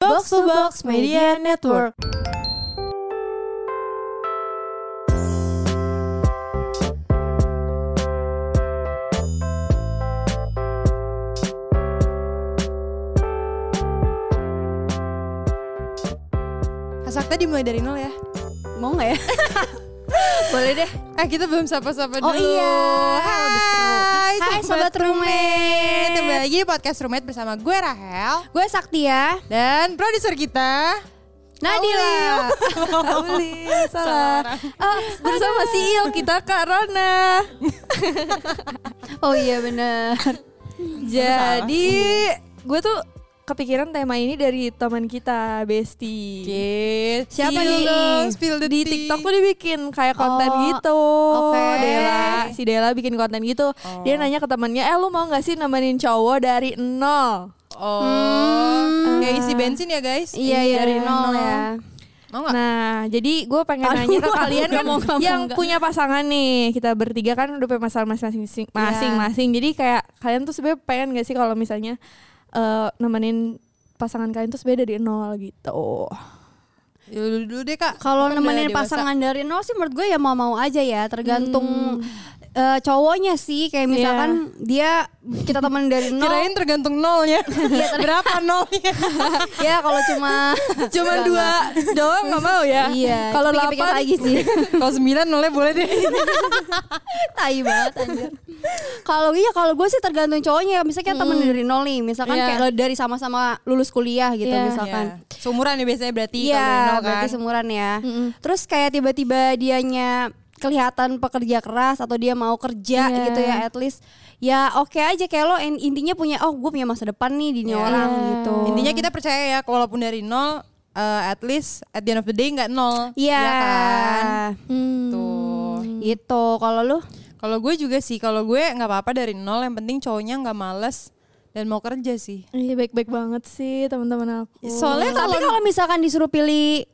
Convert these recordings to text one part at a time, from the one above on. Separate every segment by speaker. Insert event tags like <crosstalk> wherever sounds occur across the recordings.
Speaker 1: Box to Box Media Network. Sakta dimulai dari nol ya.
Speaker 2: Mau
Speaker 1: <laughs>
Speaker 2: nggak ya? Boleh deh.
Speaker 1: Eh kita belum sapa-sapa
Speaker 2: Oh
Speaker 1: dulu.
Speaker 2: iya.
Speaker 1: Hai,
Speaker 2: Hai, sobat roommate.
Speaker 1: Kembali lagi di podcast roommate bersama gue Rahel
Speaker 2: Gue Saktia.
Speaker 1: dan produser kita
Speaker 2: Nadila.
Speaker 3: <laughs>
Speaker 1: <laughs> Auli.
Speaker 2: Salah. Ah, bersama si Il kita
Speaker 1: <laughs>
Speaker 2: Karona. oh iya benar. Jadi gue tuh kepikiran tema ini dari teman kita Besti.
Speaker 1: Oke.
Speaker 2: Siapa
Speaker 1: Spill
Speaker 2: nih?
Speaker 1: dong, spill the
Speaker 2: di
Speaker 1: tea.
Speaker 2: TikTok tuh dibikin kayak konten
Speaker 1: Oh,
Speaker 2: gitu.
Speaker 1: oke. Oh.
Speaker 2: Dela, si Dela bikin konten gitu. Dia nanya ke temannya, "Eh, lu mau nggak sih nemenin cowok dari nol?"
Speaker 1: Oh.
Speaker 2: Hmm.
Speaker 1: Ya isi bensin ya guys.
Speaker 2: iya,
Speaker 1: dari nol Mau nggak?
Speaker 2: Nah, jadi gue pengen
Speaker 3: Aduh,
Speaker 2: nanya ke
Speaker 3: aduh,
Speaker 2: kalian
Speaker 3: nggak
Speaker 2: kan
Speaker 3: mau, nggak mau,
Speaker 2: yang
Speaker 3: nggak.
Speaker 2: punya pasangan nih, kita bertiga kan udah punya masalah masing-masing, masing-masing. Jadi kayak kalian tuh sebenarnya pengen gak sih kalau misalnya eh, nemenin pasangan kalian tuh sebenarnya dari nol gitu.
Speaker 1: Ya, dulu, dulu deh kak.
Speaker 3: Kalau
Speaker 1: Kan udah
Speaker 3: nemenin
Speaker 1: dewasa.
Speaker 3: pasangan dari nol sih menurut gue ya mau-mau aja ya, tergantung
Speaker 1: Hmm.
Speaker 3: eh, cowoknya sih. Kayak misalkan dia kita temen dari nol, Iya,
Speaker 1: Iya. <laughs> Kirain tergantung
Speaker 3: <laughs>
Speaker 1: nolnya. Berapa nolnya?
Speaker 3: ya kalau
Speaker 1: <laughs>
Speaker 3: cuma
Speaker 2: Cuman dua <laughs> doang nggak mau ya?
Speaker 3: Iya,
Speaker 2: Kalau
Speaker 3: pikir-pikir
Speaker 2: delapan
Speaker 3: lagi sih.
Speaker 1: Kalau sembilan nolnya boleh deh.
Speaker 3: Iya. tai banget anjir. Kalau iya kalau gue sih tergantung cowoknya. ya. Misalnya temen
Speaker 1: Hmm.
Speaker 3: dari nol nih, misalkan
Speaker 2: Iya.
Speaker 3: kayak dari sama-sama lulus kuliah gitu
Speaker 2: Iya.
Speaker 3: misalkan.
Speaker 1: Iya. Seumuran ya biasanya berarti
Speaker 3: Iya,
Speaker 1: kalau dari nol kan.
Speaker 3: berarti semuran ya.
Speaker 2: Mm-mm.
Speaker 3: Terus kayak tiba-tiba dianya kelihatan pekerja keras atau dia mau kerja
Speaker 2: Iya.
Speaker 3: gitu ya at least ya oke aja kayak lo in- intinya punya oh gue punya masa depan nih di ini
Speaker 1: Iya.
Speaker 3: orang
Speaker 2: Iya.
Speaker 3: gitu
Speaker 1: Intinya kita percaya ya walaupun dari nol eh, at least at the end of the day nggak nol.
Speaker 3: iya
Speaker 1: Ya kan?
Speaker 2: Hmm.
Speaker 1: Tuh.
Speaker 3: gitu kalau lu
Speaker 1: Kalau gue juga sih, kalau gue nggak apa-apa dari nol yang penting cowoknya nggak males dan mau kerja sih.
Speaker 2: Iya baik-baik banget sih teman-teman aku.
Speaker 1: Soalnya
Speaker 3: tapi
Speaker 1: kalau
Speaker 3: kalau misalkan disuruh pilih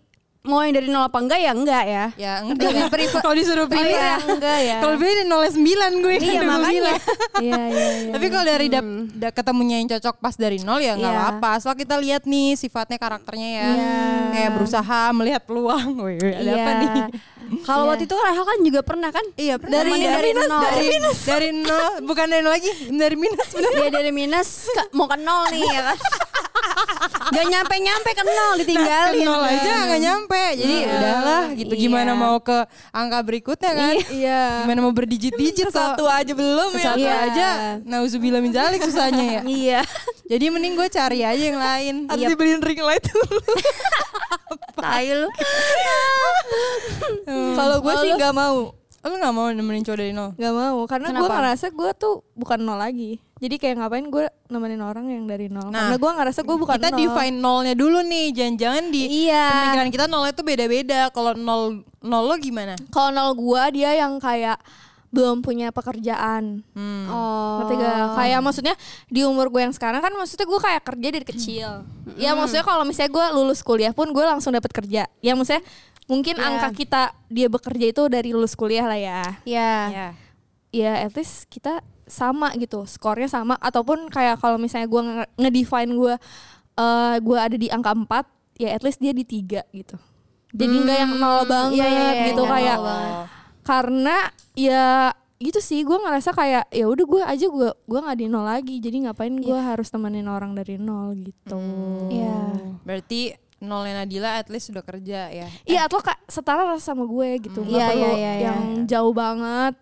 Speaker 3: mau yang dari nol apa enggak ya enggak ya
Speaker 1: ya enggak kalau disuruh pilih
Speaker 3: Iya,
Speaker 1: ya.
Speaker 3: enggak ya
Speaker 1: Kalau pilih dari nolnya sembilan gue kan
Speaker 3: iya
Speaker 1: udah gue
Speaker 3: makanya
Speaker 1: bilang.
Speaker 2: Iya iya. iya.
Speaker 1: Tapi kalau dari dap, da- ketemunya yang cocok pas dari nol ya nggak
Speaker 3: Iya.
Speaker 1: apa-apa. Soal kita lihat nih sifatnya karakternya ya, kayak berusaha melihat peluang. Wih, wih,
Speaker 3: Iya.
Speaker 1: ada apa nih?
Speaker 3: kalau waktu itu Rahel kan juga pernah kan
Speaker 1: Iya,
Speaker 3: dari
Speaker 1: pernah.
Speaker 3: dari
Speaker 1: minus,
Speaker 3: nol
Speaker 1: dari minus, dari nol, bukan dari nol lagi, dari minus.
Speaker 3: <laughs>
Speaker 1: bener.
Speaker 3: Dia Iya, dari minus ke- mau ke nol nih ya kan. Gak nyampe-nyampe ke <laughs> nol ditinggalin.
Speaker 1: Nah,
Speaker 3: Hmm.
Speaker 1: Ke nol aja nggak nyampe. Jadi udahlah gitu. Gimana
Speaker 3: Iya.
Speaker 1: mau ke angka berikutnya kan?
Speaker 2: <laughs> Iya.
Speaker 1: Gimana mau berdigit-digit
Speaker 2: Satu
Speaker 1: toh.
Speaker 2: aja belum
Speaker 1: Ke
Speaker 2: ya.
Speaker 1: satu
Speaker 3: Iya.
Speaker 1: aja. Nauzubillah min zalik susahnya
Speaker 2: <laughs>
Speaker 1: ya.
Speaker 3: Iya.
Speaker 1: Jadi mending gue cari aja yang lain.
Speaker 2: Harus
Speaker 3: Iya.
Speaker 2: dibeliin ring
Speaker 1: <laughs>
Speaker 2: light dulu.
Speaker 3: <laughs> Tai lu.
Speaker 2: Kalau gue sih nggak mau,
Speaker 1: Lo Hmm. nggak mau nemenin cowok dari nol?
Speaker 2: nggak mau, karena gue
Speaker 3: Kenapa?
Speaker 2: ngerasa gue tuh bukan nol lagi. Jadi kayak ngapain gue nemenin orang yang dari nol?
Speaker 1: Nah,
Speaker 2: karena gue ngerasa gue bukan
Speaker 1: kita
Speaker 2: nol.
Speaker 1: define nolnya dulu nih jangan-jangan di
Speaker 3: Iya.
Speaker 1: pemikiran kita nolnya tuh beda-beda kalau nol nol lo gimana
Speaker 2: Kalau nol gue dia yang kayak belum punya pekerjaan.
Speaker 3: <laughs>
Speaker 1: Hmm,
Speaker 3: Oh.
Speaker 2: Ngerti gak? Kayak maksudnya di umur gue yang sekarang kan maksudnya gue kayak kerja dari kecil. Ya maksudnya kalau misalnya gue lulus kuliah pun gue langsung dapat kerja. Ya maksudnya mungkin
Speaker 3: Iya.
Speaker 2: angka kita dia bekerja itu dari lulus kuliah lah ya.
Speaker 3: Iya.
Speaker 2: ya at least kita sama gitu skornya sama ataupun kayak kalau misalnya gue nge- ngedefine gue eh gue ada di angka 4 ya at least dia di tiga gitu jadi nggak yang nol banget
Speaker 3: iya, iya,
Speaker 2: gitu
Speaker 3: nggak
Speaker 2: kayak
Speaker 3: nol banget.
Speaker 2: karena ya gitu sih gue ngerasa kayak ya udah gue aja gue gue nggak di nol lagi jadi ngapain gue harus temenin orang dari nol gitu
Speaker 3: Iya.
Speaker 1: berarti nolnya Nadila at least sudah kerja ya
Speaker 2: Iya atau kayak setara rasa sama gue gitu nggak
Speaker 3: Iya,
Speaker 2: perlu
Speaker 3: iya, iya,
Speaker 2: yang jauh banget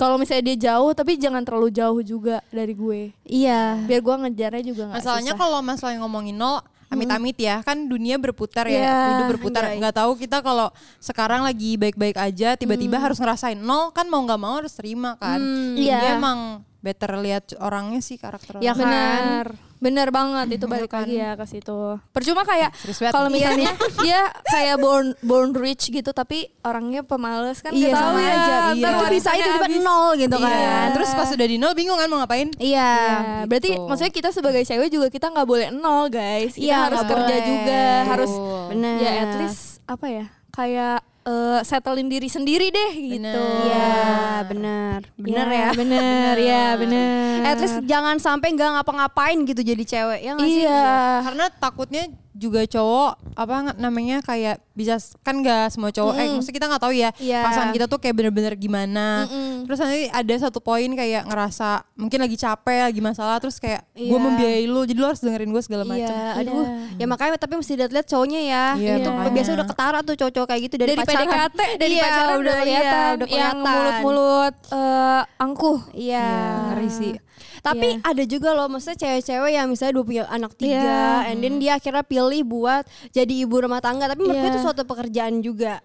Speaker 2: kalau misalnya dia jauh tapi jangan terlalu jauh juga dari gue
Speaker 3: Iya.
Speaker 2: biar gue ngejarnya juga nggak susah.
Speaker 1: masalahnya
Speaker 2: Hmm.
Speaker 1: kalau masalah ngomongin nol amit-amit ya kan dunia berputar
Speaker 2: Iya,
Speaker 1: ya hidup berputar nggak tahu kita kalau sekarang lagi baik-baik aja tiba-tiba
Speaker 2: Hmm.
Speaker 1: harus ngerasain nol kan mau nggak mau harus terima kan Jadi
Speaker 2: iya.
Speaker 1: emang better lihat orangnya sih karakter
Speaker 3: Ya kan?
Speaker 1: orangnya.
Speaker 2: benar benar Iya banget itu balik lagi ya ke situ percuma kayak
Speaker 1: Serius banget.
Speaker 2: kalau misalnya
Speaker 3: Iya.
Speaker 2: <laughs> dia kayak born born rich gitu tapi orangnya pemalas kan
Speaker 3: Iya
Speaker 2: nggak tahu
Speaker 3: sama
Speaker 2: ya,
Speaker 3: aja.
Speaker 2: ntar
Speaker 3: Iya. Itu
Speaker 2: warisannya
Speaker 3: bisa tiba-tiba
Speaker 2: habis.
Speaker 3: nol gitu
Speaker 1: Iya.
Speaker 3: kan.
Speaker 1: terus pas udah di nol bingung kan mau ngapain
Speaker 3: Iya.
Speaker 2: Iya,
Speaker 1: gitu.
Speaker 2: berarti maksudnya kita sebagai cewek juga kita nggak boleh nol guys kita
Speaker 3: Iya,
Speaker 2: harus
Speaker 3: nggak
Speaker 2: kerja
Speaker 3: boleh.
Speaker 2: juga
Speaker 3: Betul.
Speaker 2: harus
Speaker 3: Benar.
Speaker 2: ya at least apa ya kayak eh, settlein diri sendiri deh gitu
Speaker 3: Iya, benar. Benar
Speaker 2: Ya,
Speaker 3: ya.
Speaker 2: bener ya bener
Speaker 3: At least jangan sampai nggak ngapa-ngapain gitu jadi cewek ya nggak sih?
Speaker 2: iya
Speaker 1: karena takutnya juga cowok apa nge- namanya kayak bisa s- kan nggak semua cowok eh
Speaker 2: Mm-mm.
Speaker 1: maksudnya kita nggak tahu ya
Speaker 2: Iya.
Speaker 1: pasangan kita tuh kayak bener-bener gimana
Speaker 2: Mm-mm.
Speaker 1: terus nanti ada satu poin kayak ngerasa mungkin lagi capek lagi masalah terus kayak gue
Speaker 2: Iya.
Speaker 1: membiayai lu jadi lu harus dengerin gue segala macam
Speaker 3: Iya, aduh. Ya makanya tapi mesti lihat-lihat cowoknya ya.
Speaker 1: Iya,
Speaker 3: Itu
Speaker 1: makanya.
Speaker 3: biasa udah ketara tuh cowok-cowok kayak gitu dari,
Speaker 2: dari
Speaker 3: pacaran.
Speaker 2: PDKT dari
Speaker 3: Iya,
Speaker 2: pacaran udah
Speaker 3: iya,
Speaker 2: kelihatan
Speaker 3: udah
Speaker 2: yang
Speaker 3: kelihatan.
Speaker 2: mulut-mulut eh, angkuh
Speaker 3: Iya.
Speaker 1: ngeri sih
Speaker 3: Tapi
Speaker 2: Iya.
Speaker 3: ada juga loh maksudnya cewek-cewek yang misalnya dua punya anak tiga
Speaker 2: Iya.
Speaker 3: and then dia akhirnya pilih buat jadi ibu rumah tangga tapi menurut gue
Speaker 2: Iya.
Speaker 3: itu suatu pekerjaan juga.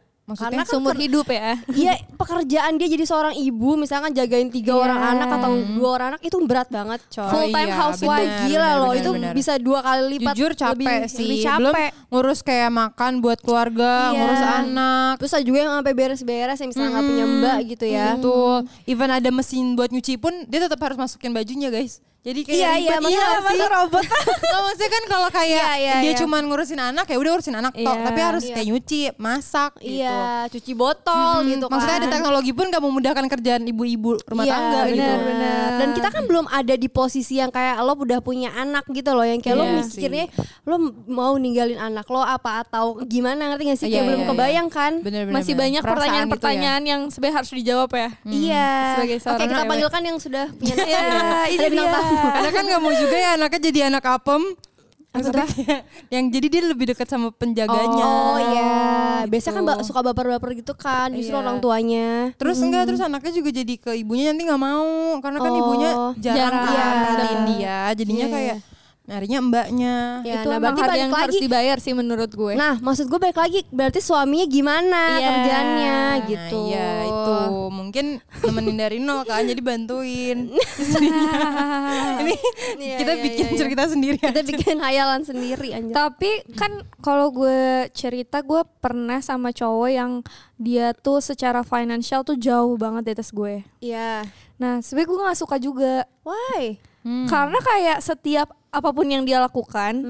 Speaker 3: Karena
Speaker 1: Maksudnya
Speaker 3: kan
Speaker 2: seumur
Speaker 3: ker-
Speaker 2: hidup ya
Speaker 3: Iya pekerjaan dia jadi seorang ibu misalkan jagain tiga
Speaker 2: Iya.
Speaker 3: orang anak atau dua orang anak itu berat banget coy.
Speaker 2: Full time
Speaker 1: iya,
Speaker 2: housewife,
Speaker 1: benar,
Speaker 3: Gila
Speaker 1: benar,
Speaker 3: loh
Speaker 1: benar,
Speaker 3: itu
Speaker 1: benar.
Speaker 3: bisa dua kali lipat
Speaker 1: jujur capek
Speaker 3: lebih,
Speaker 1: sih
Speaker 3: lebih capek.
Speaker 1: belum ngurus kayak makan buat keluarga
Speaker 3: Iya.
Speaker 1: ngurus anak mm,
Speaker 3: Terus ada juga yang sampai beres-beres yang misalnya nggak punya
Speaker 1: Hmm.
Speaker 3: mbak gitu ya.
Speaker 1: Betul. Even ada mesin buat nyuci pun dia tetap harus masukin bajunya, guys. Jadi kayak
Speaker 3: Iya, iya,
Speaker 1: ribet.
Speaker 3: masa apa sih?
Speaker 1: masa robot.
Speaker 2: <laughs>
Speaker 1: Nggak, maksudnya kan kalau kayak
Speaker 3: Iya, iya,
Speaker 1: dia
Speaker 3: iya.
Speaker 1: cuman ngurusin anak ya udah ngurusin anak tok,
Speaker 2: Iya.
Speaker 1: tapi harus
Speaker 3: Iya.
Speaker 1: kayak nyuci, masak gitu.
Speaker 3: Iya, cuci botol
Speaker 1: Hmm,
Speaker 3: gitu kan.
Speaker 1: Maksudnya ada teknologi pun gak memudahkan kerjaan ibu-ibu rumah
Speaker 3: Iya,
Speaker 1: tangga gitu.
Speaker 3: benar, benar. Dan kita kan belum ada di posisi yang kayak lo udah punya anak gitu loh, yang kayak lo
Speaker 1: Iya
Speaker 3: mikirnya lo mau ninggalin anak lo apa atau gimana ngerti gak sih?
Speaker 1: Iya,
Speaker 3: kayak belum
Speaker 1: iya,
Speaker 3: kebayang kan?
Speaker 1: Benar, benar,
Speaker 2: masih
Speaker 1: benar.
Speaker 2: banyak
Speaker 1: Perasaan gitu ya. <laughs>
Speaker 2: pertanyaan-pertanyaan yang sebenarnya harus dijawab ya
Speaker 1: Hmm.
Speaker 3: Iya.
Speaker 2: Sebagai
Speaker 3: Oke,
Speaker 2: seorang
Speaker 3: kita
Speaker 2: cewek.
Speaker 3: panggilkan yang sudah
Speaker 1: <laughs>
Speaker 3: punya anak. ya.
Speaker 2: Iya, itu
Speaker 3: ada bintang
Speaker 2: dia.
Speaker 3: tamu.
Speaker 1: Gitu ya. Karena kan gak mau juga ya anaknya jadi anak apem. Maksudnya kayak <laughs> yang jadi dia lebih dekat sama penjaganya.
Speaker 3: Oh iya, biasa kan
Speaker 1: gitu.
Speaker 3: ba- suka baper-baper gitu kan, justru
Speaker 1: Iya.
Speaker 3: orang tuanya.
Speaker 1: Terus enggak, terus anaknya juga jadi ke ibunya nanti nggak mau karena kan
Speaker 3: Hmm. Oh,
Speaker 1: ibunya jarang
Speaker 2: jarang.
Speaker 1: kan
Speaker 3: Iya.
Speaker 1: perhatiin dia, jadinya
Speaker 3: Iya,
Speaker 1: kayak nyarinya mbaknya.
Speaker 3: Iya,
Speaker 2: itu
Speaker 3: nah,
Speaker 2: emang
Speaker 3: berarti
Speaker 2: harga
Speaker 3: balik
Speaker 2: yang harus
Speaker 3: lagi.
Speaker 2: dibayar sih menurut gue
Speaker 3: Nah, maksud gue balik lagi, berarti suaminya gimana
Speaker 2: Iya.
Speaker 3: kerjaannya
Speaker 1: Nah,
Speaker 3: gitu.
Speaker 1: Iya itu mungkin nemenin dari nol kan, jadi
Speaker 3: <laughs>
Speaker 1: bantuin. Ini
Speaker 3: Iya,
Speaker 1: kita
Speaker 3: iya,
Speaker 1: bikin
Speaker 3: iya, iya.
Speaker 1: cerita sendiri. ya.
Speaker 3: Kita bikin hayalan sendiri anjir.
Speaker 2: Tapi kan kalau gue cerita gue pernah sama cowok yang dia tuh secara financial tuh jauh banget di atas gue.
Speaker 3: Iya.
Speaker 2: Nah sebenernya gue gak suka juga
Speaker 3: Why?
Speaker 2: karena kayak setiap apapun yang dia lakukan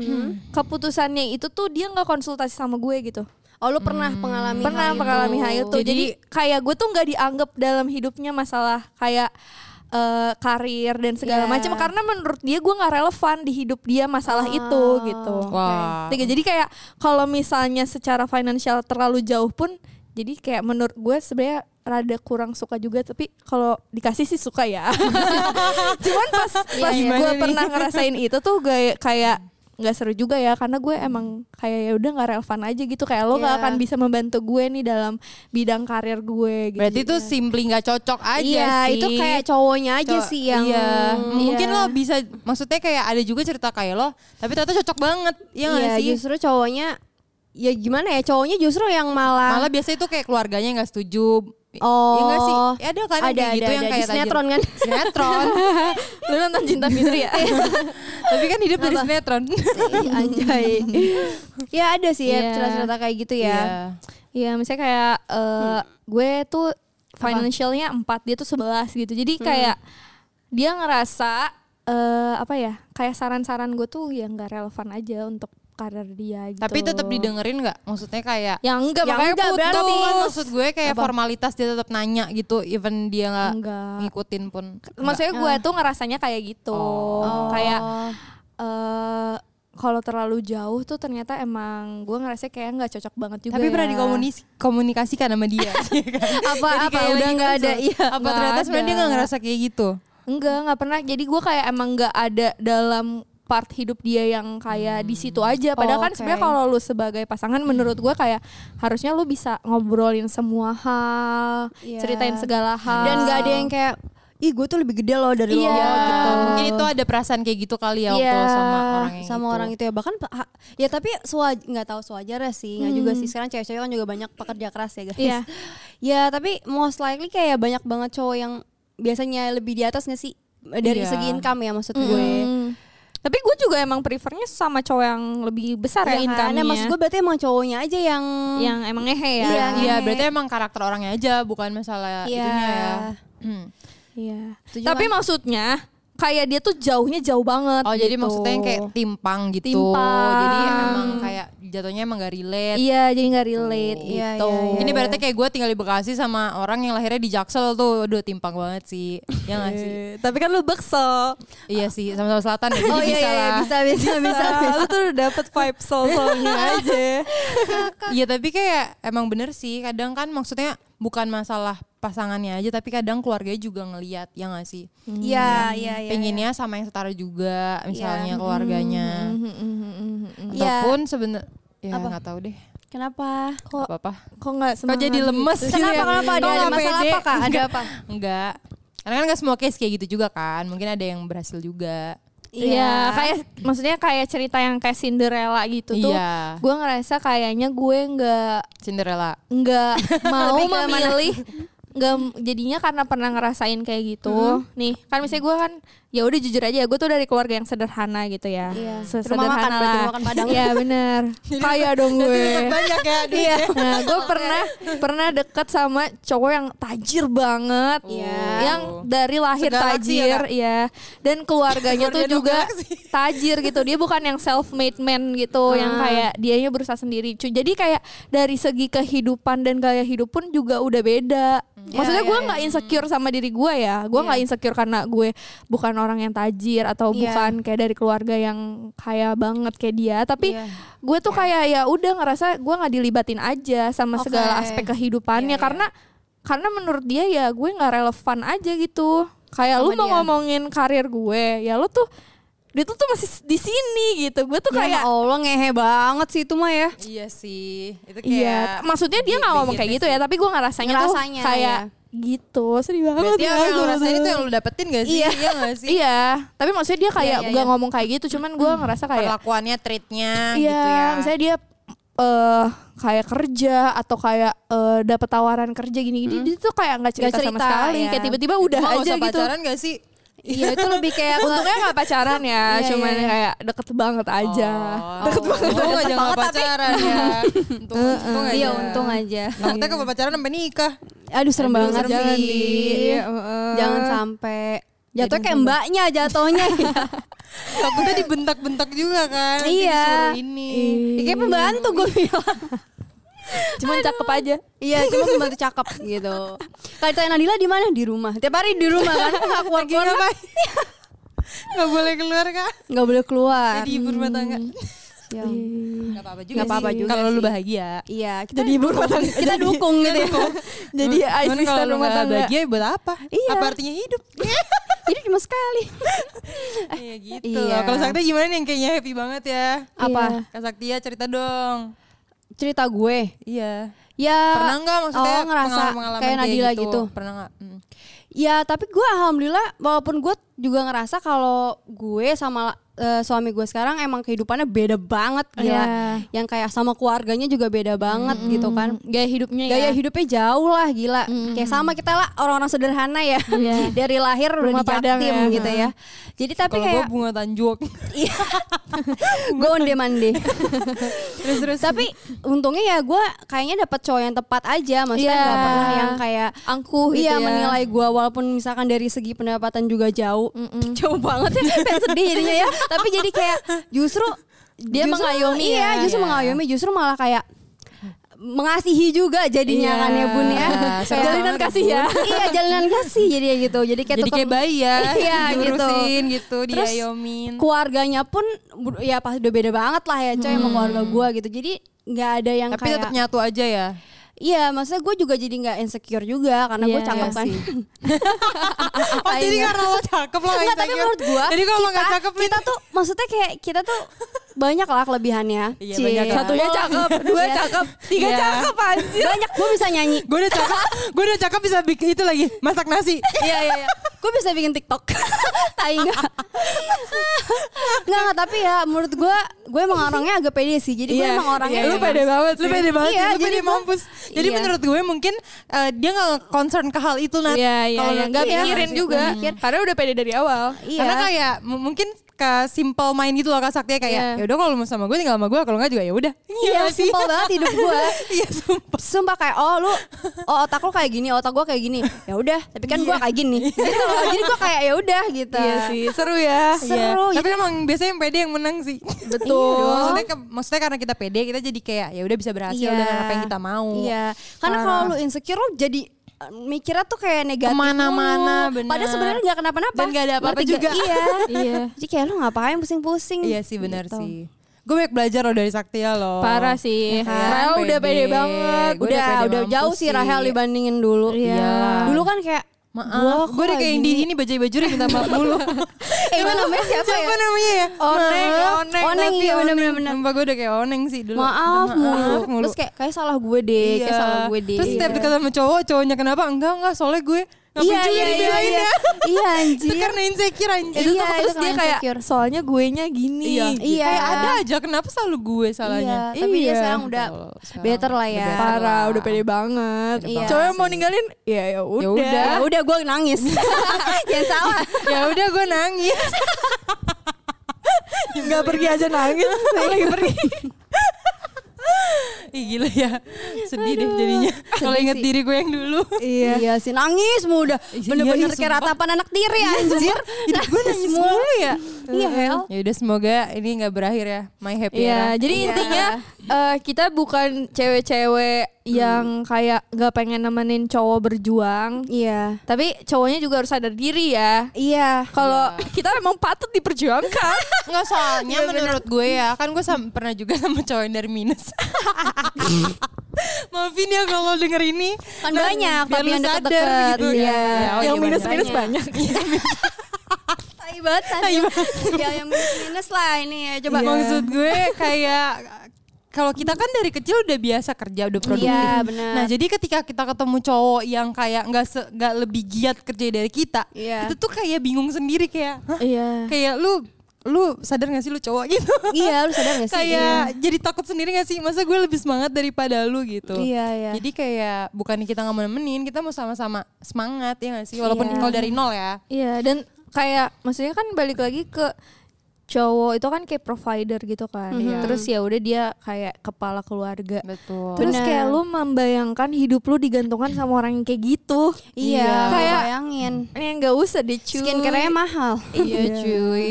Speaker 2: keputusannya itu tuh dia nggak konsultasi sama gue gitu.
Speaker 3: Oh lu pernah pengalami
Speaker 2: pernah
Speaker 3: hal
Speaker 2: mengalami
Speaker 3: itu?
Speaker 2: hal itu. Jadi,
Speaker 1: Jadi-
Speaker 2: kayak gue tuh nggak dianggap dalam hidupnya masalah kayak eh, karir dan segala
Speaker 3: Iya.
Speaker 2: macam karena menurut dia gue nggak relevan di hidup dia masalah itu gitu.
Speaker 1: Wah.
Speaker 2: Tiga, jadi kayak kalau misalnya secara finansial terlalu jauh pun jadi kayak menurut gue sebenarnya rada kurang suka juga tapi kalau dikasih sih suka ya. <laughs> Cuman pas pas
Speaker 1: iya.
Speaker 2: gue
Speaker 1: Gimana nih?
Speaker 2: pernah ngerasain itu tuh gue kayak nggak seru juga ya karena gue emang kayak ya udah nggak relevan aja gitu kayak lo nggak
Speaker 3: Iya.
Speaker 2: akan bisa membantu gue nih dalam bidang karir gue gitu.
Speaker 1: Berarti itu simply nggak cocok aja
Speaker 3: Iya,
Speaker 1: sih.
Speaker 3: itu kayak cowoknya aja
Speaker 1: Co-
Speaker 3: sih yang
Speaker 1: iya. mungkin
Speaker 2: iya.
Speaker 1: lo bisa maksudnya kayak ada juga cerita kayak lo tapi ternyata cocok banget ya nggak
Speaker 3: Iya,
Speaker 1: sih
Speaker 3: justru cowoknya ya gimana ya cowoknya justru yang malah,
Speaker 1: malah biasanya itu kayak keluarganya nggak setuju
Speaker 3: Oh.
Speaker 1: ya nggak sih Ya ada kan yang
Speaker 3: ada
Speaker 1: kayak
Speaker 3: ada,
Speaker 1: gitu yang
Speaker 3: ada.
Speaker 1: kayak
Speaker 3: di sinetron
Speaker 1: <laughs>
Speaker 3: kan.
Speaker 1: tajir.
Speaker 3: <laughs>
Speaker 1: sinetron
Speaker 2: lu nonton Cinta <laughs> Fitri ya?
Speaker 1: tapi kan hidup dari sinetron
Speaker 3: Iya. Ih, Anjay. <laughs> ya ada sih ya
Speaker 2: Iya.
Speaker 3: cerita-cerita kayak gitu
Speaker 1: Iya.
Speaker 3: ya.
Speaker 2: Iya, misalnya kayak eh, gue tuh financialnya empat, dia tuh 11 gitu. Jadi kayak dia ngerasa eh apa ya? Kayak saran-saran gue tuh yang gak relevan aja untuk karir dia gitu.
Speaker 1: tapi tetap didengerin nggak maksudnya kayak
Speaker 2: Yang Ya enggak
Speaker 3: Yang
Speaker 2: makanya
Speaker 3: enggak
Speaker 2: putus.
Speaker 1: Enggak, bukan Ya maksud gue kayak
Speaker 2: Apa?
Speaker 1: formalitas dia tetap nanya gitu even dia nggak
Speaker 2: Enggak.
Speaker 1: ngikutin pun
Speaker 2: Maksudnya gue tuh ngerasanya kayak gitu. Kayak
Speaker 3: Oh.
Speaker 2: eh kalau terlalu jauh tuh ternyata emang gue ngerasa kayak nggak cocok banget juga.
Speaker 1: tapi pernah
Speaker 2: ya.
Speaker 1: dikomunikasikan sama <laughs> dia Iya kan?
Speaker 3: apa
Speaker 1: Jadi
Speaker 3: apa
Speaker 1: kayak
Speaker 3: udah
Speaker 1: lagi
Speaker 3: nggak ada
Speaker 1: konsul.
Speaker 3: iya.
Speaker 1: apa
Speaker 2: Nggak
Speaker 1: ternyata sebenarnya dia nggak
Speaker 2: ada.
Speaker 1: ngerasa kayak gitu
Speaker 2: Enggak, nggak pernah. Jadi gue kayak emang nggak ada dalam part hidup dia yang kayak di situ aja. Padahal
Speaker 3: Oh,
Speaker 2: kan
Speaker 3: oke.
Speaker 2: sebenarnya kalau lu sebagai pasangan, menurut gue kayak harusnya lu bisa ngobrolin semua hal,
Speaker 3: Iya.
Speaker 2: ceritain segala hal.
Speaker 3: Dan nggak ada yang kayak ih gue tuh lebih gede loh dari lo
Speaker 1: Oh,
Speaker 2: Iya.
Speaker 3: gitu.
Speaker 1: Ya, mungkin itu ada perasaan kayak gitu kali ya waktu
Speaker 2: Iya,
Speaker 1: sama orang yang
Speaker 3: sama
Speaker 1: itu.
Speaker 3: orang itu ya bahkan ha- ya tapi sewaj nggak tahu sewajarnya sih nggak juga sih sekarang cewek-cewek kan juga banyak pekerja keras ya guys
Speaker 2: Hmm. Iya.
Speaker 3: <laughs> ya tapi most likely kayak banyak banget cowok yang biasanya lebih di atas nggak sih dari
Speaker 1: Iya.
Speaker 3: segi income ya maksud
Speaker 2: Mm-mm. Iya
Speaker 3: gue
Speaker 2: Hmm. Tapi gue juga emang prefernya sama cowok yang lebih besar ya,
Speaker 3: Ya kan?
Speaker 2: income-nya.
Speaker 3: Nah, maksud gue berarti emang cowoknya aja yang
Speaker 2: yang emang ngehe ya.
Speaker 3: Iya.
Speaker 1: Iya, berarti emang karakter orangnya aja bukan
Speaker 3: Iya.
Speaker 1: masalah itunya ya. Hmm.
Speaker 2: Iya.
Speaker 3: Setuju
Speaker 2: Tapi
Speaker 3: kan?
Speaker 2: maksudnya kayak dia tuh jauhnya jauh banget.
Speaker 1: Oh, jadi
Speaker 2: gitu.
Speaker 1: maksudnya yang kayak timpang gitu.
Speaker 2: Timpang.
Speaker 1: Jadi emang kayak jatuhnya emang gak relate.
Speaker 2: Iya, jadi nggak relate
Speaker 3: Oh.
Speaker 2: gitu.
Speaker 3: Iya, iya, iya.
Speaker 1: Ini berarti kayak gue tinggal di Bekasi sama orang yang lahirnya di Jaksel tuh. Aduh timpang banget sih. Ya gak
Speaker 3: <laughs>
Speaker 1: sih?
Speaker 2: Eh, Tapi kan lu bekso.
Speaker 1: Iya sih, sama-sama selatan ya. Jadi
Speaker 3: Oh iya,
Speaker 1: bisa
Speaker 3: iya, iya,
Speaker 1: lah.
Speaker 3: bisa, bisa, bisa,
Speaker 2: Nah,
Speaker 3: bisa.
Speaker 2: lu tuh udah dapet vibe soul-soulnya
Speaker 3: <laughs>
Speaker 2: aja.
Speaker 1: Iya tapi kayak emang bener sih kadang kan maksudnya bukan masalah pasangannya aja tapi kadang keluarganya juga ngeliat ya gak sih
Speaker 2: Hmm.
Speaker 3: Iya, iya, iya. Mm,
Speaker 1: pengennya sama yang setara juga misalnya keluarganya
Speaker 3: Iya.
Speaker 1: ataupun sebenernya ya
Speaker 3: Apa?
Speaker 1: nggak tahu deh
Speaker 3: Kenapa?
Speaker 1: nggak apa-apa
Speaker 2: Kok nggak
Speaker 1: kok
Speaker 2: semangat
Speaker 1: jadi
Speaker 2: gitu?
Speaker 1: lemes
Speaker 3: Kenapa, kenapa? Ada,
Speaker 1: Kok
Speaker 3: ada
Speaker 1: nggak
Speaker 3: masalah
Speaker 1: pede?
Speaker 3: apa, Kak? Ada apa?
Speaker 1: enggak karena kan gak semua case kayak gitu juga kan mungkin ada yang berhasil juga
Speaker 2: Iya, kayak maksudnya kayak cerita yang kayak Cinderella gitu tuh.
Speaker 1: Iya.
Speaker 2: Gue ngerasa kayaknya gue nggak
Speaker 1: Cinderella
Speaker 2: <laughs> nggak mau
Speaker 3: Lebih ke mana?
Speaker 2: memilih nggak jadinya karena pernah ngerasain kayak gitu nih kan misalnya gue kan ya udah jujur aja gue tuh dari keluarga yang sederhana gitu ya
Speaker 3: Iya.
Speaker 2: Se-
Speaker 3: Rumah makan
Speaker 2: sederhana
Speaker 3: berarti,
Speaker 2: lah.
Speaker 3: rumah makan Padang.
Speaker 2: iya <laughs> benar kaya dong gue
Speaker 1: banyak
Speaker 3: <laughs>
Speaker 1: ya
Speaker 2: iya nah gue pernah pernah deket sama cowok yang tajir banget
Speaker 1: Iya.
Speaker 2: yang dari lahir
Speaker 1: Segalaksi ya,
Speaker 2: tajir
Speaker 1: Kak?
Speaker 2: ya dan keluarganya tuh
Speaker 1: Keluarga dong
Speaker 2: juga
Speaker 1: galaksi.
Speaker 2: tajir gitu dia bukan yang self made man gitu yang kayak dianya berusaha sendiri Cu- jadi kayak dari segi kehidupan dan gaya hidup pun juga udah beda maksudnya
Speaker 3: Iya,
Speaker 2: gue
Speaker 3: iya,
Speaker 2: nggak insecure sama diri gue ya gue nggak insecure karena gue bukan orang yang tajir atau
Speaker 3: Iya.
Speaker 2: bukan kayak dari keluarga yang kaya banget kayak dia tapi
Speaker 3: Iya.
Speaker 2: gue tuh kayak ya udah ngerasa gue nggak dilibatin aja sama
Speaker 3: Oke.
Speaker 2: segala aspek kehidupannya
Speaker 3: Iya, iya.
Speaker 2: karena karena menurut dia ya gue nggak relevan aja gitu kayak
Speaker 3: Sama
Speaker 2: lu mau
Speaker 3: dia.
Speaker 2: ngomongin karir gue ya lu tuh dia tuh tuh masih s- di sini gitu gue tuh
Speaker 3: Ya
Speaker 2: kayak
Speaker 3: Allah ngehe banget sih itu mah ya.
Speaker 1: iya sih itu kayak
Speaker 2: iya maksudnya dia nggak ngomong kayak gitu ya tapi gue ngerasanya tuh
Speaker 3: Ngerasanya, iya.
Speaker 2: kayak gitu sedih banget
Speaker 1: berarti yang
Speaker 2: ya,
Speaker 1: lu
Speaker 2: gue
Speaker 1: rasain
Speaker 2: tuh.
Speaker 1: itu yang lu dapetin gak sih
Speaker 2: Iya.
Speaker 1: iya gak sih
Speaker 2: iya tapi maksudnya dia kayak
Speaker 3: iya,
Speaker 2: nggak
Speaker 3: iya.
Speaker 2: ngomong kayak gitu cuman gue ngerasa kayak
Speaker 1: perlakuannya treatnya
Speaker 2: Iya,
Speaker 1: gitu ya
Speaker 2: misalnya dia eh kayak kerja atau kayak eh dapat tawaran kerja gini-gini, dia tuh kayak Hmm. nggak cerita, iya.
Speaker 3: cerita,
Speaker 2: sama sekali,
Speaker 3: ya.
Speaker 2: kayak tiba-tiba udah
Speaker 1: Emang
Speaker 2: aja
Speaker 1: usah
Speaker 2: gitu.
Speaker 1: pacaran gak sih
Speaker 3: Iya itu lebih <laughs> kayak ke-
Speaker 2: Untungnya nggak pacaran ya,
Speaker 3: Iya,
Speaker 2: cuman
Speaker 3: iya, iya.
Speaker 2: kayak deket banget aja.
Speaker 1: Deket banget. Oh. Untung aja nggak
Speaker 3: banget, tapi-
Speaker 1: pacaran ya. Untung, untung aja.
Speaker 3: Iya untung aja.
Speaker 1: Takutnya kalau pacaran sampai nikah.
Speaker 3: Aduh serem
Speaker 2: Aduh,
Speaker 3: banget
Speaker 2: serem
Speaker 3: sih.
Speaker 2: banget. Iya, heeh.
Speaker 3: Jangan sampai Iya. jatuh kayak mbaknya <laughs> jatuhnya.
Speaker 1: Takutnya dibentak-bentak juga kan. nanti
Speaker 3: Iya.
Speaker 1: disuruh ini.
Speaker 3: Ya, kayak pembantu gue bilang.
Speaker 2: Cuman cakep <laughs> aja.
Speaker 3: Iya cuma pembantu cakep gitu. Kalau ditanya Nadila di mana? Di rumah. Tiap hari di rumah kan nggak keluar keluar.
Speaker 1: Gak boleh keluar kak.
Speaker 3: Nggak boleh keluar.
Speaker 1: Jadi ibu rumah tangga.
Speaker 3: Ya.
Speaker 1: Gak apa-apa juga
Speaker 3: Nggak apa-apa
Speaker 1: sih.
Speaker 3: juga
Speaker 1: Kalau lu
Speaker 3: sih.
Speaker 1: bahagia.
Speaker 3: Iya kita di ibu rumah tangga. Kita dukung gitu. ya.
Speaker 2: Jadi
Speaker 1: Cuman kalau
Speaker 2: asisten
Speaker 1: lu
Speaker 2: rumah
Speaker 1: nggak
Speaker 2: tangga.
Speaker 1: bahagia ya buat apa?
Speaker 3: Iya.
Speaker 1: Apa artinya hidup?
Speaker 3: Jadi cuma sekali. <laughs>
Speaker 1: Iya gitu.
Speaker 3: Iya.
Speaker 1: Kalau Sakti gimana nih yang kayaknya happy banget ya?
Speaker 3: Apa?
Speaker 1: Kak Saktia cerita dong.
Speaker 3: Cerita gue.
Speaker 1: Iya.
Speaker 3: Ya.
Speaker 1: Pernah nggak maksudnya
Speaker 3: oh, ngerasa
Speaker 1: pengalaman-pengalaman
Speaker 3: kayak Nadila gitu.
Speaker 1: Pernah nggak? Hmm.
Speaker 3: Ya tapi gue alhamdulillah walaupun gue juga ngerasa kalau gue sama eh, suami gue sekarang emang kehidupannya beda banget gila.
Speaker 2: Iya.
Speaker 3: Yang kayak sama keluarganya juga beda banget gitu kan.
Speaker 2: Gaya hidupnya ya.
Speaker 3: Gaya hidupnya jauh lah gila. Kayak sama kita lah orang-orang sederhana ya.
Speaker 2: Iya.
Speaker 3: <laughs> Dari lahir
Speaker 2: Rumah
Speaker 3: udah
Speaker 2: Padang
Speaker 3: dijaktim
Speaker 2: ya.
Speaker 3: gitu ya. Jadi tapi
Speaker 1: Kalau gue
Speaker 3: <laughs> kayak
Speaker 1: bunga tanjuk.
Speaker 3: gue onde
Speaker 2: <laughs>
Speaker 3: mandi.
Speaker 1: terus terus.
Speaker 3: tapi untungnya ya gue kayaknya dapet cowok yang tepat aja. Maksudnya
Speaker 2: Iya.
Speaker 3: nggak pernah yang kayak
Speaker 2: angkuh gitu ya.
Speaker 3: iya menilai gua walaupun misalkan dari segi pendapatan juga jauh <laughs> jauh banget ya pengen sedih jadinya ya tapi jadi kayak justru
Speaker 2: Dia
Speaker 3: justru-
Speaker 2: mengayomi
Speaker 3: iya
Speaker 2: ya.
Speaker 3: justru
Speaker 2: Iya.
Speaker 3: mengayomi justru malah kayak mengasihi juga jadinya
Speaker 2: Iya.
Speaker 3: kan ya bun ya
Speaker 1: Iya,
Speaker 3: Kayak-
Speaker 2: Jalinan
Speaker 1: banget,
Speaker 2: kasih ya.
Speaker 3: <laughs> iya jalinan kasih jadi ya gitu jadi kayak
Speaker 1: Jadi
Speaker 3: tetep
Speaker 1: kayak bayi ya.
Speaker 3: <laughs> Iya,
Speaker 1: Diurusin gitu,
Speaker 3: Terus
Speaker 1: diayomin.
Speaker 3: keluarganya pun bu- ya pas udah beda banget lah ya coy sama keluarga gua gitu jadi nggak ada yang
Speaker 1: Tapi
Speaker 3: kayak
Speaker 1: tetap nyatu aja ya.
Speaker 3: iya maksudnya gue juga jadi nggak insecure juga karena gue
Speaker 2: Iya,
Speaker 3: cakep
Speaker 2: iya
Speaker 3: kan <laughs>
Speaker 1: Oh, jadi karena lo cakep lo
Speaker 3: Enggak, tapi menurut gua
Speaker 1: Jadi kalau lo
Speaker 3: kita,
Speaker 1: nggak cakep nih,
Speaker 3: kita
Speaker 1: <laughs>
Speaker 3: tuh maksudnya kayak kita tuh banyak lah kelebihannya.
Speaker 1: Iya,
Speaker 3: Cie.
Speaker 1: banyak lah.
Speaker 2: Satunya cakep, dua
Speaker 3: Iya.
Speaker 2: cakep, tiga
Speaker 1: Iya.
Speaker 2: cakep anjir.
Speaker 3: Banyak gue bisa nyanyi.
Speaker 1: gue udah cakep, gue udah cakep bisa bikin itu lagi masak nasi.
Speaker 3: Iya iya iya. Gue bisa bikin TikTok. <laughs> Tai enggak. Enggak enggak, tapi ya menurut gue gue emang orangnya agak pede sih. Jadi gue
Speaker 2: Iya.
Speaker 3: emang orangnya
Speaker 2: Iya, lu
Speaker 3: yang-
Speaker 2: pede banget
Speaker 1: Lu
Speaker 2: sih.
Speaker 1: pede banget,
Speaker 3: Iya,
Speaker 1: sih, lu
Speaker 3: jadi
Speaker 1: pede
Speaker 3: gua-
Speaker 1: mampus. Jadi
Speaker 3: Iya.
Speaker 1: menurut gue mungkin eh, dia nggak concern ke hal itu Nat.
Speaker 2: Iya, iya,
Speaker 1: Kalau
Speaker 2: iya.
Speaker 1: menurut
Speaker 2: Gak
Speaker 1: gue,
Speaker 2: mikirin juga.
Speaker 3: mikir.
Speaker 2: Karena udah pede dari awal.
Speaker 1: kan
Speaker 3: Iya.
Speaker 1: Karena kayak m- mungkin ke simple main gitu loh Kak Sakti kayak
Speaker 2: Iya.
Speaker 1: ya udah kalau lu mau sama gue tinggal sama gue kalau enggak juga ya udah.
Speaker 3: Iya,
Speaker 1: nggak sih?
Speaker 3: simpel banget hidup gue.
Speaker 1: <laughs> Iya sumpah.
Speaker 3: Sumpah kayak oh lu oh otak lu kayak gini, otak gua kayak gini. Ya udah, tapi kan
Speaker 1: Iya.
Speaker 3: gua kayak gini. Gitu loh. Jadi gua kayak ya udah gitu.
Speaker 2: Iya sih, seru ya.
Speaker 3: Seru
Speaker 1: Iya. Tapi
Speaker 3: gitu.
Speaker 1: emang biasanya yang pede yang menang sih.
Speaker 2: Betul.
Speaker 1: Iya, maksudnya ke- maksudnya karena kita pede kita jadi kayak ya udah bisa berhasil
Speaker 3: Iya.
Speaker 1: dengan apa yang kita mau.
Speaker 3: Iya. Karena
Speaker 1: Parah.
Speaker 3: kalau lu insecure lu jadi eh, mikirnya tuh kayak negatif
Speaker 1: Kemana-mana,
Speaker 3: mulu.
Speaker 1: bener.
Speaker 3: Padahal sebenarnya nggak kenapa-napa.
Speaker 1: Dan nggak ada apa-apa
Speaker 3: Ngerti nggak?
Speaker 1: juga. <laughs>
Speaker 3: Iya.
Speaker 2: Iya.
Speaker 3: Jadi kayak lu ngapain pusing-pusing.
Speaker 1: Iya sih benar
Speaker 3: Gitu.
Speaker 1: sih. Gue banyak belajar loh dari Saktia loh.
Speaker 2: Parah sih.
Speaker 1: Iya kan?
Speaker 3: Rahel Ah, udah pede banget.
Speaker 1: Gua
Speaker 3: udah
Speaker 1: pede
Speaker 3: udah
Speaker 1: mampus
Speaker 3: jauh sih Rahel dibandingin dulu.
Speaker 2: Iya.
Speaker 3: Dulu kan kayak
Speaker 1: Maaf,
Speaker 3: kok
Speaker 1: gue udah kayak yang di
Speaker 3: gini?
Speaker 1: ini bajai bajuri minta maaf dulu.
Speaker 3: Eh, itu namanya <laughs> siapa ya?
Speaker 1: Siapa namanya ya?
Speaker 3: Oneng,
Speaker 1: Maaf.
Speaker 3: Oneng. Oneng,
Speaker 1: tapi
Speaker 3: iya, bener, bener, bener.
Speaker 1: Sumpah gue udah kayak oneng sih dulu.
Speaker 3: Maaf,
Speaker 1: Minta
Speaker 3: mulu.
Speaker 1: mulu.
Speaker 3: Terus kayak kayak salah gue deh, kayak
Speaker 1: Iya.
Speaker 3: salah gue deh.
Speaker 1: Terus setiap deket sama cowok, cowoknya kenapa? Enggak, enggak, soalnya gue ngapain
Speaker 3: Iya,
Speaker 1: juga
Speaker 3: iya, iya,
Speaker 1: dibelain
Speaker 3: iya.
Speaker 1: ya.
Speaker 3: <laughs> Iya,
Speaker 1: Itu
Speaker 3: anjir.
Speaker 1: karena insecure anjir.
Speaker 2: Itu kan
Speaker 3: Iya,
Speaker 2: tuh
Speaker 3: itu
Speaker 2: terus dia
Speaker 3: karena
Speaker 2: kayak
Speaker 3: insecure.
Speaker 2: soalnya gue nya gini. gitu.
Speaker 3: Iya.
Speaker 1: Kayak ada aja kenapa selalu gue salahnya.
Speaker 3: Iya, tapi dia
Speaker 2: Iya.
Speaker 3: sekarang udah
Speaker 1: Betul, sekarang
Speaker 3: better lah ya.
Speaker 1: udah better.
Speaker 2: Parah, udah pede banget. gitu.
Speaker 3: Iya
Speaker 2: Cowok yang mau
Speaker 1: sih.
Speaker 2: ninggalin, Iya. ya ya udah.
Speaker 1: udah.
Speaker 3: Ya udah gue nangis. <laughs> Yang salah.
Speaker 1: ya udah gue nangis.
Speaker 2: Nggak pergi aja <laughs> nangis. Lagi pergi.
Speaker 1: Ih gila ya. Sedih deh jadinya. Kalau inget diri gue yang dulu.
Speaker 2: Iya.
Speaker 3: Iya sih nangis muda.
Speaker 1: Iya,
Speaker 3: Bener-bener
Speaker 1: iya,
Speaker 3: kayak
Speaker 1: sumpah.
Speaker 3: ratapan anak tiri anjir.
Speaker 1: Hidup gue nangis mulu ya.
Speaker 3: Iya, Hel.
Speaker 1: Ya udah semoga ini nggak berakhir ya. My happy
Speaker 2: Iya,
Speaker 1: era.
Speaker 2: jadi
Speaker 3: Iya.
Speaker 2: intinya eh, kita bukan cewek-cewek yang kayak gak pengen nemenin cowok berjuang,
Speaker 3: Iya.
Speaker 2: tapi cowoknya juga harus sadar diri ya.
Speaker 3: Iya.
Speaker 2: Kalau <laughs> kita emang patut diperjuangkan.
Speaker 1: Nggak soalnya
Speaker 3: Iya,
Speaker 1: menurut gue ya kan gue sam- pernah juga <laughs> sama cowok yang dari minus. <laughs> Maafin ya kalau denger ini.
Speaker 3: Kan
Speaker 1: Nah,
Speaker 3: banyak,
Speaker 1: biar
Speaker 3: tapi
Speaker 1: lu
Speaker 3: yang
Speaker 1: sadar
Speaker 3: deket-deket,
Speaker 1: gitu.
Speaker 3: iya.
Speaker 1: Ya, oh
Speaker 2: yang
Speaker 1: iya,
Speaker 2: minus-minus
Speaker 1: banyak.
Speaker 2: banyak.
Speaker 3: <laughs> Tai banget anjir. Ya yang minus lah ini ya coba.
Speaker 1: Iya. Maksud gue kayak kalau kita kan dari kecil udah biasa kerja udah produktif.
Speaker 3: Iya, benar.
Speaker 1: Nah jadi ketika kita ketemu cowok yang kayak nggak se- nggak lebih giat kerja dari kita,
Speaker 3: Iya.
Speaker 1: itu tuh kayak bingung sendiri kayak, "Hah?
Speaker 2: <laughs> Iya.
Speaker 1: kayak lu lu sadar gak sih lu cowok <laughs> gitu?
Speaker 3: Iya, lu sadar gak sih? Iya.
Speaker 1: kayak jadi takut sendiri gak sih? Masa gue lebih semangat daripada lu gitu?
Speaker 3: Iya, iya.
Speaker 1: Jadi kayak bukannya kita nggak mau nemenin, kita mau sama-sama semangat ya gak sih? Walaupun
Speaker 3: Iya.
Speaker 1: kalau dari nol ya.
Speaker 2: Iya, dan kayak maksudnya kan balik lagi ke cowok itu kan kayak provider gitu kan.
Speaker 1: Mhm.
Speaker 2: Terus ya udah dia kayak kepala keluarga.
Speaker 1: Betul.
Speaker 2: Terus
Speaker 3: Benar.
Speaker 2: kayak lu membayangkan hidup lu digantungkan sama orang yang kayak gitu.
Speaker 3: Iya,
Speaker 2: Kayak-
Speaker 3: bayangin.
Speaker 2: Ini yang gak usah deh cuy.
Speaker 3: Skincare-nya mahal.
Speaker 1: Iya cuy.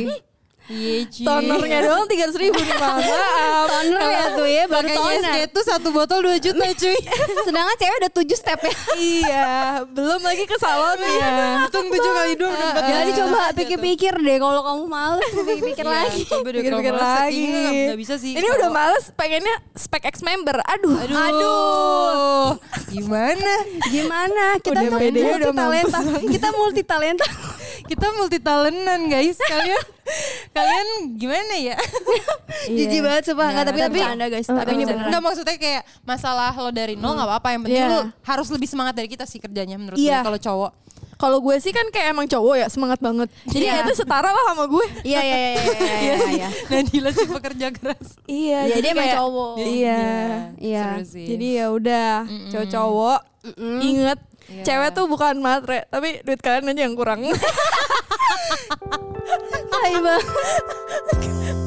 Speaker 1: Iya cuy.
Speaker 2: Tonernya doang 300 ribu nih
Speaker 1: <laughs>
Speaker 2: Mam. Maaf.
Speaker 3: Toner ya tuh ya, baru
Speaker 1: Makanya
Speaker 3: toner.
Speaker 1: SG itu satu botol 2 juta cuy
Speaker 3: <laughs> Sedangkan cewek udah 7 step ya.
Speaker 2: iya, belum lagi ke salon ya.
Speaker 1: Untung 7 Iya. kali 2 udah empat
Speaker 3: Jadi
Speaker 1: juta.
Speaker 3: coba pikir-pikir deh kalau kamu
Speaker 1: <laughs>
Speaker 3: males pikir-pikir
Speaker 1: gitu. Iya,
Speaker 3: lagi.
Speaker 1: Coba deh kalau
Speaker 2: Pikir-pikir
Speaker 1: malas,
Speaker 2: lagi.
Speaker 1: kayaknya nggak- nggak bisa sih
Speaker 2: Ini
Speaker 1: kalau-
Speaker 2: udah males pengennya spek ex member. Aduh.
Speaker 1: gitu. Aduh, Gimana
Speaker 3: Gimana? Kita
Speaker 1: Udah
Speaker 3: tuh
Speaker 1: pede, udah
Speaker 3: multi talenta. Kita multi talenta.
Speaker 1: Kita multi talentan guys Kalian Kalian gimana ya
Speaker 3: Jijik banget
Speaker 1: Iya,
Speaker 3: sumpah enggak tapi tapi Anda guys,
Speaker 1: Oh,
Speaker 3: tapi ini beneran.
Speaker 1: Enggak maksudnya kayak Masalah lo dari nol nggak apa-apa Yang penting
Speaker 2: Iya.
Speaker 1: lo harus lebih semangat dari kita sih kerjanya Menurut
Speaker 3: Iya.
Speaker 1: gue kalau cowok
Speaker 2: Kalau gue sih kan kayak emang cowok ya, semangat banget. Jadi
Speaker 3: Iya.
Speaker 2: itu setara lah sama gue.
Speaker 3: Iya iya iya iya, iya
Speaker 1: sih. <laughs>
Speaker 3: iya.
Speaker 1: Nadila sih pekerja keras Oh,
Speaker 2: Iya,
Speaker 3: Ya dia emang
Speaker 2: kayak-
Speaker 3: cowok.
Speaker 2: Iya.
Speaker 3: Iya.
Speaker 1: Seru sih
Speaker 2: Jadi ya udah, cowok-cowok inget
Speaker 1: Iya.
Speaker 2: cewek tuh bukan matre, tapi duit <laughs> kalian aja yang kurang.
Speaker 3: Hai, Bang.